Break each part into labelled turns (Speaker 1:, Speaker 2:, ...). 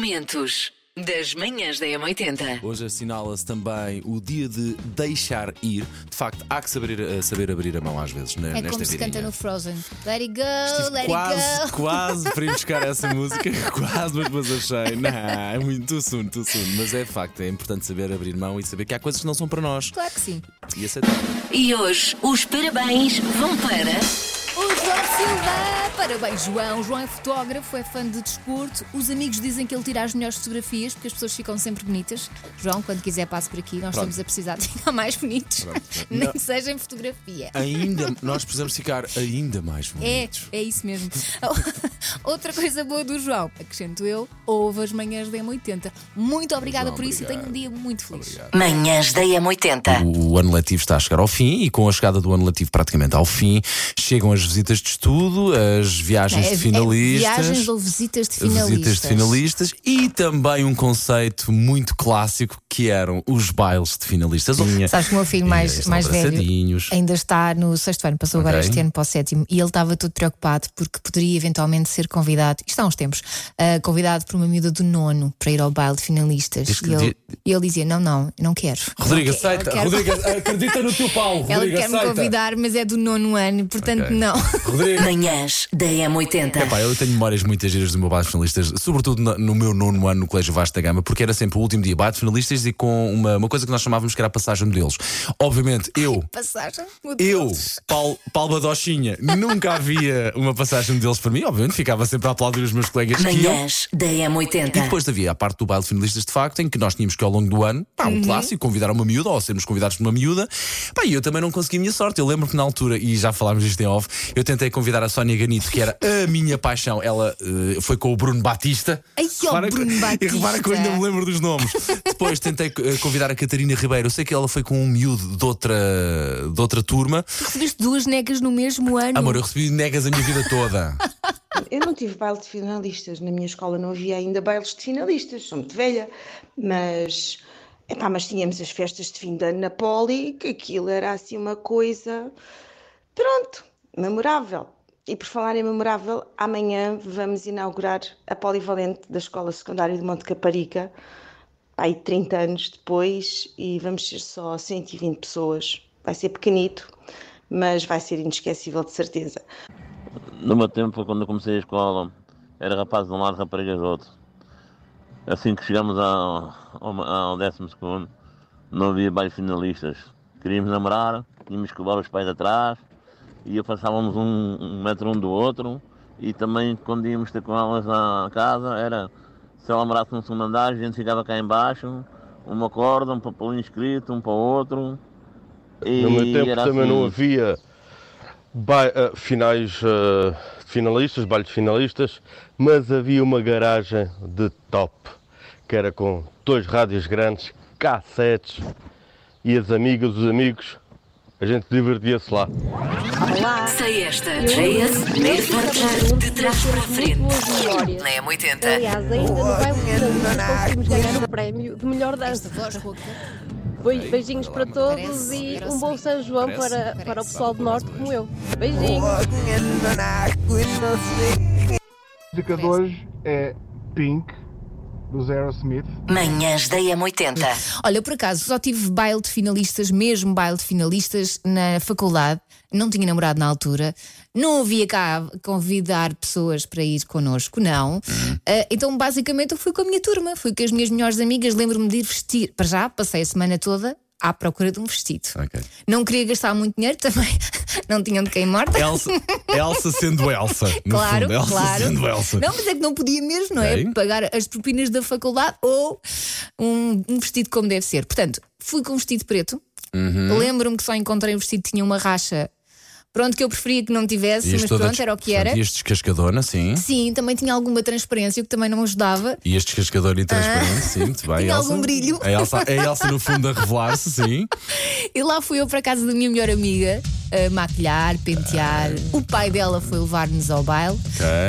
Speaker 1: Momentos das manhãs da M80.
Speaker 2: Hoje assinala-se também o dia de deixar ir. De facto, há que saber, eh, saber abrir a mão às vezes né,
Speaker 3: É
Speaker 2: nesta
Speaker 3: como se
Speaker 2: vidinha.
Speaker 3: canta no Frozen. Let it go,
Speaker 2: Estive
Speaker 3: let
Speaker 2: quase,
Speaker 3: it go.
Speaker 2: quase para ir buscar essa música, quase, mas depois achei. Não, é muito too soon, too soon. Mas é de facto, é importante saber abrir mão e saber que há coisas que não são para nós.
Speaker 3: Claro que sim.
Speaker 2: E aceitar.
Speaker 1: E hoje os parabéns vão para.
Speaker 3: O João Silva! Parabéns, João. João é fotógrafo, é fã de desporto. Os amigos dizem que ele tira as melhores fotografias porque as pessoas ficam sempre bonitas. João, quando quiser, passe por aqui. Nós
Speaker 2: Pronto.
Speaker 3: estamos a precisar de ficar mais bonitos.
Speaker 2: Pronto.
Speaker 3: Nem
Speaker 2: Não.
Speaker 3: que seja em fotografia.
Speaker 2: Ainda, nós precisamos ficar ainda mais
Speaker 3: É,
Speaker 2: bonitos.
Speaker 3: é isso mesmo. Outra coisa boa do João, acrescento eu, ouve as manhãs da M80. Muito obrigada
Speaker 2: João,
Speaker 3: por isso e
Speaker 2: obrigado.
Speaker 3: tenho um dia muito feliz.
Speaker 2: Obrigado.
Speaker 1: Manhãs da M80.
Speaker 2: O ano letivo está a chegar ao fim e com a chegada do ano letivo praticamente ao fim, chegam as visitas de estudo, as viagens
Speaker 3: É,
Speaker 2: de
Speaker 3: é
Speaker 2: finalistas.
Speaker 3: viagens ou visitas de finalistas.
Speaker 2: Visitas de finalistas e também um conceito muito clássico que eram os bailes de finalistas.
Speaker 3: Sabes que o meu filho mais,
Speaker 2: Eles
Speaker 3: mais
Speaker 2: são
Speaker 3: velho
Speaker 2: abraçadinhos.
Speaker 3: ainda está no sexto ano, passou agora
Speaker 2: Ok.
Speaker 3: este ano para o sétimo, e ele estava todo preocupado porque poderia eventualmente ser convidado, isto há uns tempos, ah, convidado por uma miúda do nono para ir ao baile de finalistas.
Speaker 2: Diz que
Speaker 3: E ele,
Speaker 2: di-
Speaker 3: e ele dizia: Não, não, eu não quero.
Speaker 2: Rodrigo,
Speaker 3: Eu não quero,
Speaker 2: aceita.
Speaker 3: é eu quero-
Speaker 2: Rodrigo, acredita no teu pau.
Speaker 3: Ela
Speaker 2: Rodrigo,
Speaker 3: quer me
Speaker 2: aceita.
Speaker 3: convidar, mas é do nono ano, portanto,
Speaker 2: Ok.
Speaker 3: não.
Speaker 2: Rodrigo.
Speaker 1: Manhãs da M80.
Speaker 2: Pá, eu tenho memórias muitas giras do meu baile de finalistas, sobretudo no, no meu nono ano no Colégio Vasta Gama, porque era sempre o último dia baile de finalistas e com uma, uma coisa que nós chamávamos que era a passagem de deles. Obviamente, eu.
Speaker 3: Passagem.
Speaker 2: Eu, Paulo, Paulo Badochinha, nunca havia uma passagem deles para mim. Obviamente, ficava sempre a aplaudir os meus colegas que iam.
Speaker 1: Manhãs da
Speaker 2: E
Speaker 1: M80.
Speaker 2: depois havia a parte do baile de finalistas, de facto, em que nós tínhamos que, ao longo do ano, pá, um
Speaker 3: Uhum.
Speaker 2: clássico, convidar uma miúda ou sermos convidados por uma miúda. Pá, e eu também não consegui a minha sorte. Eu lembro que na altura, e já falámos isto em off, eu tentei convidar a Sónia Ganito, que era a minha paixão. Ela eh, foi com o Bruno Batista.
Speaker 3: Ai, ó,
Speaker 2: Repara que-
Speaker 3: é Bruno
Speaker 2: E repara que eu ainda
Speaker 3: Batista.
Speaker 2: me lembro dos nomes. Depois tentei eh, convidar a Catarina Ribeiro. Eu sei que ela foi com um miúdo de outra, de outra turma.
Speaker 3: Recebeste duas negas no mesmo ano.
Speaker 2: Amor, eu recebi negas a minha vida toda.
Speaker 4: Eu não tive baile de finalistas. Na minha escola não havia ainda bailes de finalistas, sou muito velha, mas, epá, mas tínhamos as festas de fim de ano na Poli, que aquilo era assim uma coisa, pronto, memorável. E por falar em memorável, amanhã vamos inaugurar a Polivalente da Escola Secundária de Monte Caparica, aí 30 anos depois, e vamos ser só 120 pessoas. Vai ser pequenito, mas vai ser inesquecível de certeza.
Speaker 5: No meu tempo, quando eu comecei a escola, era rapaz de um lado, raparigas do outro. Assim que chegamos ao, ao, ao décimo segundo, não havia baile finalistas. Queríamos namorar, tínhamos que levar os pais atrás, e eu passávamos um, um metro um do outro, e também quando íamos ter com elas na casa, era se ela morasse no segundo andar, a gente ficava cá embaixo, uma corda, um papelinho escrito, um para o outro. E
Speaker 6: No meu tempo
Speaker 5: era
Speaker 6: também
Speaker 5: assim.
Speaker 6: não havia ba- eh, finais eh, finalistas, bailes finalistas, mas havia uma garagem de top, que era com dois rádios grandes, cassetes, e as amigas, os amigos, a gente divertia-se lá.
Speaker 7: Olá!
Speaker 1: Sei esta.
Speaker 7: Eu-
Speaker 1: JS,
Speaker 7: Eu-
Speaker 1: desde
Speaker 7: Eu-
Speaker 1: já, de trás
Speaker 7: Eu-
Speaker 1: para a frente.
Speaker 7: Boas memórias.
Speaker 1: Na M80.
Speaker 7: Aliás, ainda no bairro de Saúde conseguimos ganhar o prémio de melhor dança.
Speaker 3: Esta voz rouca.
Speaker 7: Be- Beijinhos para todos e um bom São João
Speaker 2: Parece,
Speaker 7: para,
Speaker 3: parece.
Speaker 7: para o pessoal do Norte como eu. Beijinhos!
Speaker 8: música de hoje é Pink, do Aerosmith.
Speaker 1: Manhãs da M80.
Speaker 3: Olha, eu, por acaso só tive baile de finalistas, mesmo baile de finalistas na faculdade. Não tinha namorado na altura, não havia cá convidar pessoas para ir connosco, não. Ah, então, basicamente, eu fui com a minha turma, fui com as minhas melhores amigas. Lembro-me de ir vestir. Para já, passei a semana toda à procura de um vestido.
Speaker 2: Ok.
Speaker 3: Não queria gastar muito dinheiro também, não tinham de quem morta.
Speaker 2: Elsa, Elsa sendo Elsa. no
Speaker 3: Claro,
Speaker 2: fundo, Elsa
Speaker 3: claro.
Speaker 2: sendo Elsa.
Speaker 3: Não, mas é que não podia mesmo, não é?
Speaker 2: Ok.
Speaker 3: Pagar as propinas da faculdade ou um, um vestido como deve ser. Portanto, fui com um vestido preto.
Speaker 2: Uhum.
Speaker 3: Lembro-me que só encontrei um vestido que tinha uma racha. Pronto, que eu preferia que não tivesse,
Speaker 2: Ias
Speaker 3: mas
Speaker 2: toda
Speaker 3: pronto,
Speaker 2: des-
Speaker 3: era o que
Speaker 2: portanto,
Speaker 3: era.
Speaker 2: Ias descascadona, é? sim.
Speaker 3: Sim, também tinha alguma transparência, o que também não ajudava.
Speaker 2: Ias descascadona e
Speaker 9: Ah.
Speaker 2: transparente, sim, muito bem.
Speaker 3: Tinha
Speaker 2: Elsa.
Speaker 3: algum brilho.
Speaker 2: A Elsa, a Elsa, no fundo, a revelar-se, sim.
Speaker 3: E lá fui eu para a casa da minha melhor amiga a maquilhar, pentear. O pai dela foi levar-nos ao baile.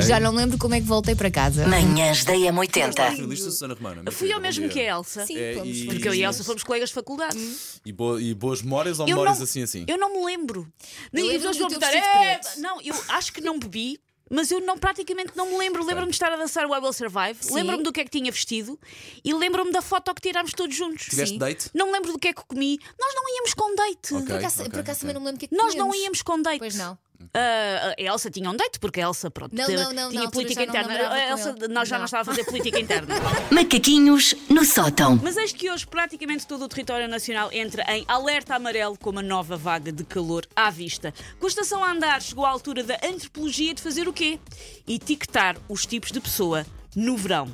Speaker 3: Já não lembro como é que voltei para casa.
Speaker 1: Manhãs da M80.
Speaker 9: Fui ao mesmo que a Elsa.
Speaker 3: Sim,
Speaker 2: É,
Speaker 3: fomos,
Speaker 2: e-
Speaker 3: fomos.
Speaker 9: Porque eu e a Elsa somos colegas de faculdade.
Speaker 3: Hum.
Speaker 2: E, bo- e boas memórias ou
Speaker 9: Eu
Speaker 2: memórias
Speaker 9: não,
Speaker 2: assim, assim?
Speaker 9: eu não me lembro.
Speaker 3: Eu
Speaker 9: e as
Speaker 3: lembro-me
Speaker 9: pessoas
Speaker 3: do
Speaker 9: vão
Speaker 3: teu
Speaker 9: perguntar:
Speaker 3: vestido
Speaker 9: "É,
Speaker 3: preto."
Speaker 9: não, eu acho que não bebi. Mas eu não, praticamente não me lembro. Lembro-me de estar a dançar o I Will Survive.
Speaker 3: Sim.
Speaker 9: Lembro-me do que é que tinha vestido e lembro-me da foto que tirámos todos juntos.
Speaker 2: Tiveste
Speaker 9: Sim.
Speaker 2: date?
Speaker 9: Não me lembro do que é que comi. Nós não íamos com date.
Speaker 2: Ok.
Speaker 3: Por acaso,
Speaker 2: ok,
Speaker 3: por acaso também
Speaker 2: ok.
Speaker 3: não me lembro o que é que
Speaker 9: Nós não
Speaker 3: tínhamos.
Speaker 9: íamos com date.
Speaker 3: Pois não.
Speaker 9: Ah, a Elsa tinha um date, porque a Elsa pronto,
Speaker 3: Não,
Speaker 9: teve-
Speaker 3: não, não, na
Speaker 9: tinha
Speaker 3: altura
Speaker 9: política
Speaker 3: já não
Speaker 9: interna.
Speaker 3: namorava
Speaker 9: A
Speaker 3: com
Speaker 9: Elsa,
Speaker 3: ele.
Speaker 9: nós já
Speaker 3: Não.
Speaker 9: não estávamos a fazer política interna.
Speaker 1: Macaquinhos no sótão.
Speaker 9: Mas eis que hoje praticamente todo o território nacional entra em alerta amarelo com uma nova vaga de calor à vista. Com a estação a andar, chegou a altura da antropologia de fazer o quê? Etiquetar os tipos de pessoa no verão.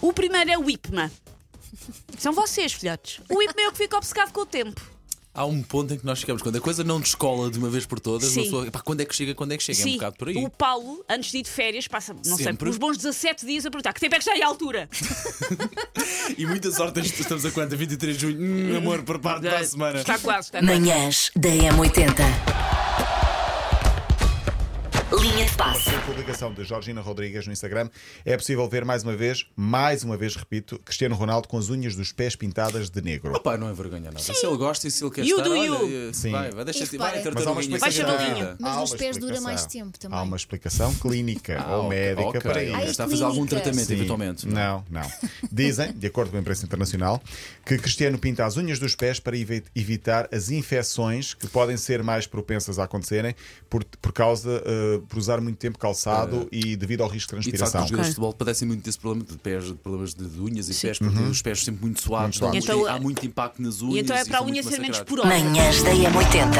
Speaker 9: O primeiro é o IPMA. São vocês, filhotes. O IPMA é o que fica obcecado com o tempo.
Speaker 2: Há um ponto em que nós chegamos. Quando a coisa não descola de uma vez por todas,
Speaker 9: Sim.
Speaker 2: uma pessoa, "Epá, quando é que chega, quando é que chega? É um bocado por aí.
Speaker 9: o Paulo, antes de ir de férias, passa, não sei,
Speaker 2: Sempre.
Speaker 9: uns bons 17 dias a perguntar que tempo é que está aí a altura?
Speaker 2: E muita sorte, estamos a quanto? 23 de junho. Hum, amor, prepara-te para a semana.
Speaker 9: Está quase, está quase.
Speaker 1: Manhãs da M80. Linha de passe.
Speaker 10: A publicação de Georgina Rodrigues no Instagram é possível ver mais uma vez, mais uma vez, repito, Cristiano Ronaldo com as unhas dos pés pintadas de negro.
Speaker 2: Opa, não é vergonha nada. Se ele gosta e se ele quer
Speaker 9: You
Speaker 2: estar,
Speaker 9: do
Speaker 2: olha,
Speaker 9: you.
Speaker 2: eh,
Speaker 10: Sim.
Speaker 2: vai, vai, deixa-te
Speaker 3: E
Speaker 2: vai,
Speaker 3: repara-
Speaker 2: tartaruguinha,
Speaker 9: Vai
Speaker 2: fica na
Speaker 9: chavelinho.
Speaker 2: vida.
Speaker 3: Mas
Speaker 10: Há
Speaker 3: nos
Speaker 10: uma
Speaker 3: pés dura
Speaker 10: explicação.
Speaker 3: mais tempo também.
Speaker 10: Há uma explicação clínica ou médica
Speaker 2: ok.
Speaker 10: para
Speaker 2: Ainda
Speaker 10: isso.
Speaker 2: Está a fazer algum
Speaker 3: clínica.
Speaker 2: tratamento,
Speaker 10: Sim.
Speaker 2: eventualmente. é?
Speaker 10: Não, não. Dizem, de acordo com a imprensa internacional, que Cristiano pinta as unhas dos pés para evi- evitar as infecções que podem ser mais propensas a acontecerem por, por causa, eh, por usar muito tempo calçado e devido ao risco de
Speaker 2: E de facto, os
Speaker 10: transpiração.
Speaker 2: jogadores de futebol padecem muito desse problema de pés, de problemas de, de unhas e pés, porque os pés sempre muito suados,
Speaker 10: Uhum. Muito
Speaker 2: muito-
Speaker 9: suados. Então,
Speaker 2: há muito impacto nas unhas.
Speaker 9: E então é para a
Speaker 2: são
Speaker 9: unha
Speaker 2: muito
Speaker 9: ser menos
Speaker 2: massacrados.
Speaker 9: porosa.
Speaker 1: Manhãs da M80.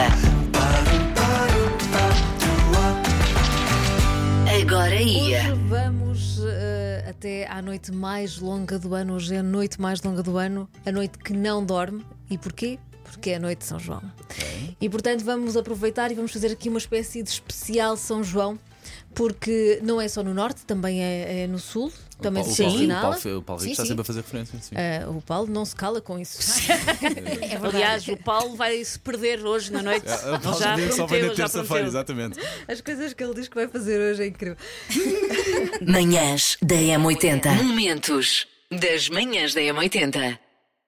Speaker 1: Agora ia.
Speaker 11: Hoje vamos eh, até à noite mais longa do ano. Hoje é a noite mais longa do ano, a noite que não dorme. E porquê? Porque é a noite de São João. E portanto vamos aproveitar e vamos fazer aqui uma espécie de especial São João, porque não é só no norte, também é, é no sul,
Speaker 2: O
Speaker 11: também
Speaker 2: Paulo-
Speaker 11: se
Speaker 2: O Paulo, o
Speaker 11: assinala.
Speaker 2: Paulo- o Paulo Rico
Speaker 11: Sim,
Speaker 2: está
Speaker 11: sim.
Speaker 2: sempre a fazer referência. Sim.
Speaker 11: Eh, o Paulo não se cala com isso.
Speaker 3: É verdade.
Speaker 9: Aliás, o Paulo vai se perder hoje na noite.
Speaker 2: Ah, o Paulo
Speaker 9: já
Speaker 2: Rico só vem na
Speaker 9: prometeu, já
Speaker 2: terça-feira,
Speaker 9: prometeu.
Speaker 2: exatamente.
Speaker 11: As coisas que ele diz que vai fazer hoje é incrível.
Speaker 1: Manhãs da M80. Momentos das manhãs da M80.